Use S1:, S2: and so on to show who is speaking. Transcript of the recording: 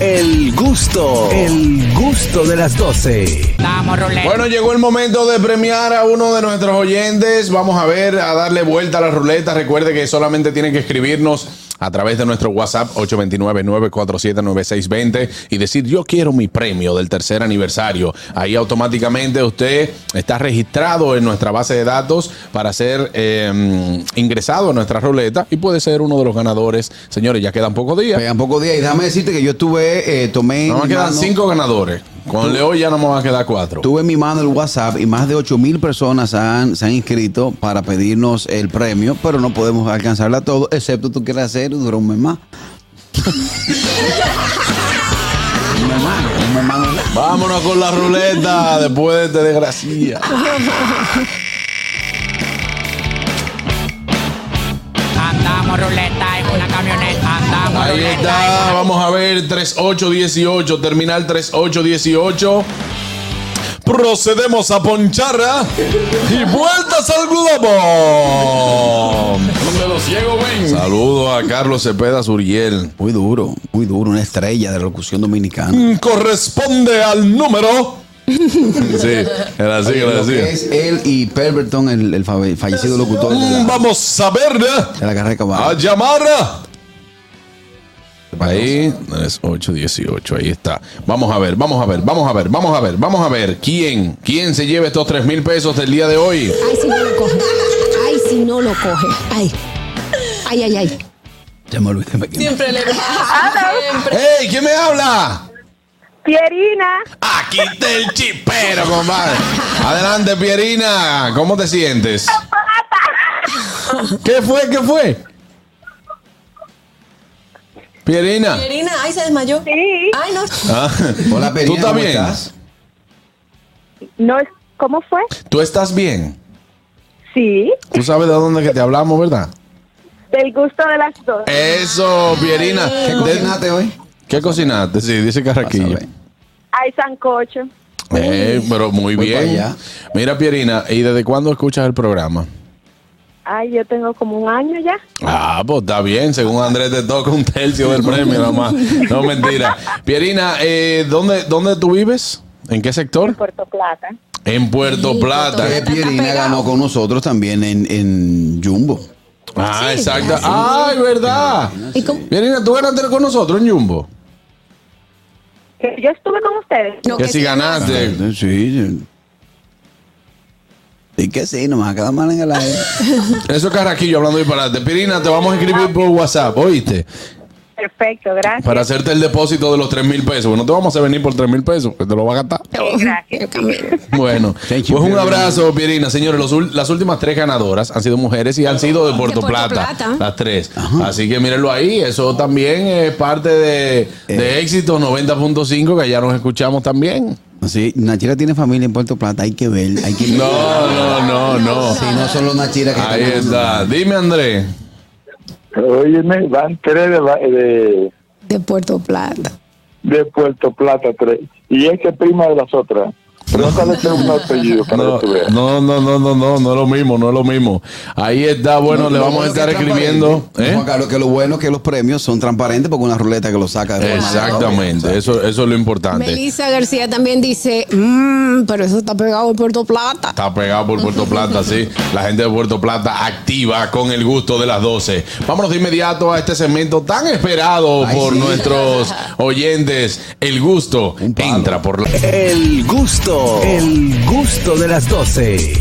S1: El gusto, el gusto de las 12.
S2: Vamos, Rulén.
S3: Bueno, llegó el momento de premiar a uno de nuestros oyentes. Vamos a ver, a darle vuelta a la ruleta. Recuerde que solamente tienen que escribirnos a través de nuestro WhatsApp 829-947-9620 y decir yo quiero mi premio del tercer aniversario. Ahí automáticamente usted está registrado en nuestra base de datos para ser eh, ingresado a nuestra ruleta y puede ser uno de los ganadores. Señores, ya quedan pocos días.
S4: Pegan pocos días. Y déjame decirte que yo estuve, eh, tomé. en
S3: Nos
S4: mi
S3: quedan
S4: mano-
S3: cinco ganadores. Con Leo ya nos van a quedar cuatro.
S4: Tuve en mi mano el WhatsApp y más de 8 mil personas han, se han inscrito para pedirnos el premio, pero no podemos alcanzarla a todos, excepto tú quieres hacer duró un mes más. un mes más, un mes más. un mes más.
S3: Vámonos con la ruleta después de esta desgracia.
S2: Andamos ruleta en una camioneta. Andamos
S3: Ahí
S2: ruleta.
S3: está, vamos a ver 3818, terminal 3818. Procedemos a poncharra y vueltas al globo.
S5: Donde los ciegos ven.
S3: Saludo a Carlos Cepeda Suriel.
S4: Muy duro, muy duro, una estrella de la locución dominicana.
S3: Corresponde al número. Sí, era así, era
S4: Lo que
S3: así.
S4: es él y Perverton, el, el fa- fallecido locutor de la,
S3: Vamos a ver, ¿eh?
S4: de la carrera de
S3: a
S4: caballo.
S3: llamar. Ahí es 818, ahí está. Vamos a ver, vamos a ver, vamos a ver, vamos a ver, vamos a ver. ¿Quién? ¿Quién se lleva estos 3 mil pesos del día de hoy?
S6: Ay, si no lo coge. Ay, si no lo coge. Ay. Ay, ay, ay.
S4: Ya me olvidé. me quedé.
S7: Siempre le pasa, siempre.
S3: ¡Ey! ¿Quién me habla?
S8: Pierina,
S3: Aquí está el chipero, compadre. Adelante, Pierina. ¿Cómo te sientes? ¿Qué fue? ¿Qué fue? Pierina.
S7: Pierina, ay, se desmayó.
S8: sí.
S7: Ay, no.
S3: Ah,
S4: Hola, Perina,
S3: ¿Tú estás
S4: ¿cómo
S3: bien?
S4: estás?
S8: No es, ¿Cómo fue?
S3: ¿Tú estás bien?
S8: Sí,
S3: Tú sabes de dónde que te hablamos, ¿verdad?
S8: del gusto de las dos.
S3: Eh. Eso, Pierina.
S4: ¿Qué
S3: De-
S4: cocinaste hoy?
S3: ¿Qué cocinaste? Sí, dice Carraquillo.
S4: Vas a ver.
S8: Hay sancocho.
S3: Eh, pero muy
S4: Voy para
S3: bien.
S4: allá.
S3: Mira, Pierina, ¿y desde cuándo escuchas el programa?
S8: Ay, yo tengo como un año ya.
S3: Ah, pues está bien, según Andrés te toca un tercio del premio nomás. No, mentira. Pierina, eh, ¿dónde, ¿dónde tú vives? ¿En qué sector?
S8: Puerto Plata.
S3: En Puerto
S7: Sí,
S3: Plata.
S4: Que Pierina ganó con nosotros también en, en Jumbo.
S3: Ah,
S7: Sí,
S3: exacto.
S7: sí.
S3: Ay, verdad.
S7: ¿Y cómo?
S3: Pierina, tú ganaste con nosotros en Jumbo.
S8: Que yo estuve con ustedes.
S7: No,
S3: Que si
S7: sí.
S3: ganaste.
S4: Sí, sí. Y que sí, nomás queda mal en el aire.
S3: Eso es carraquillo hablando disparate. Pierina, te vamos a escribir por WhatsApp, ¿oíste?
S8: Perfecto, gracias.
S3: Para hacerte el depósito de los 3 mil pesos. Bueno, no te vamos a hacer venir por 3 mil pesos, que te lo va a gastar.
S8: Sí, gracias.
S3: Bueno,
S4: Thank
S3: pues
S4: you,
S3: un
S4: Pierina.
S3: abrazo, Pierina. Señores, los ul- las últimas tres ganadoras han sido mujeres y han sido de Puerto,
S7: Puerto
S3: Plata,
S7: Plata.
S3: Las tres. Así que mírenlo ahí. Eso también es parte de, de éxito 90.5, que ya nos escuchamos también.
S4: Sí, Nachira tiene familia en Puerto Plata, hay que ver, hay que
S3: No, no, no, no.
S4: Sí, no solo Nachira que
S3: Ahí
S4: estamos-
S3: está. Dime, Andrés.
S9: Óyeme, van tres de, la- de,
S6: De Puerto Plata.
S9: de Puerto Plata, tres. Y es que es prima de las otras. Pregúntale que es un apellido para
S3: No,
S9: que tú veas.
S3: no, no, no, no, no, no es lo mismo, no es lo mismo. Ahí está, bueno, le
S4: Lo
S3: vamos a
S4: bueno
S3: estar
S4: que es
S3: escribiendo.
S4: transparente.
S3: ¿eh?
S4: Juan Carlos, que lo bueno es que los premios son transparentes porque una ruleta que lo saca de forma
S3: Exactamente,
S4: aleatoria.
S3: eso, eso es lo importante.
S6: Melissa García también dice, mmm, pero eso está pegado en Puerto Plata.
S3: Está pegado por Puerto Plata, sí. La gente de Puerto Plata activa con el gusto de las 12. Vámonos de inmediato a este segmento tan esperado
S4: Ay,
S3: por
S4: sí.
S3: nuestros oyentes. El gusto
S4: Un palo.
S3: entra por la...
S1: El gusto, el gusto de las 12.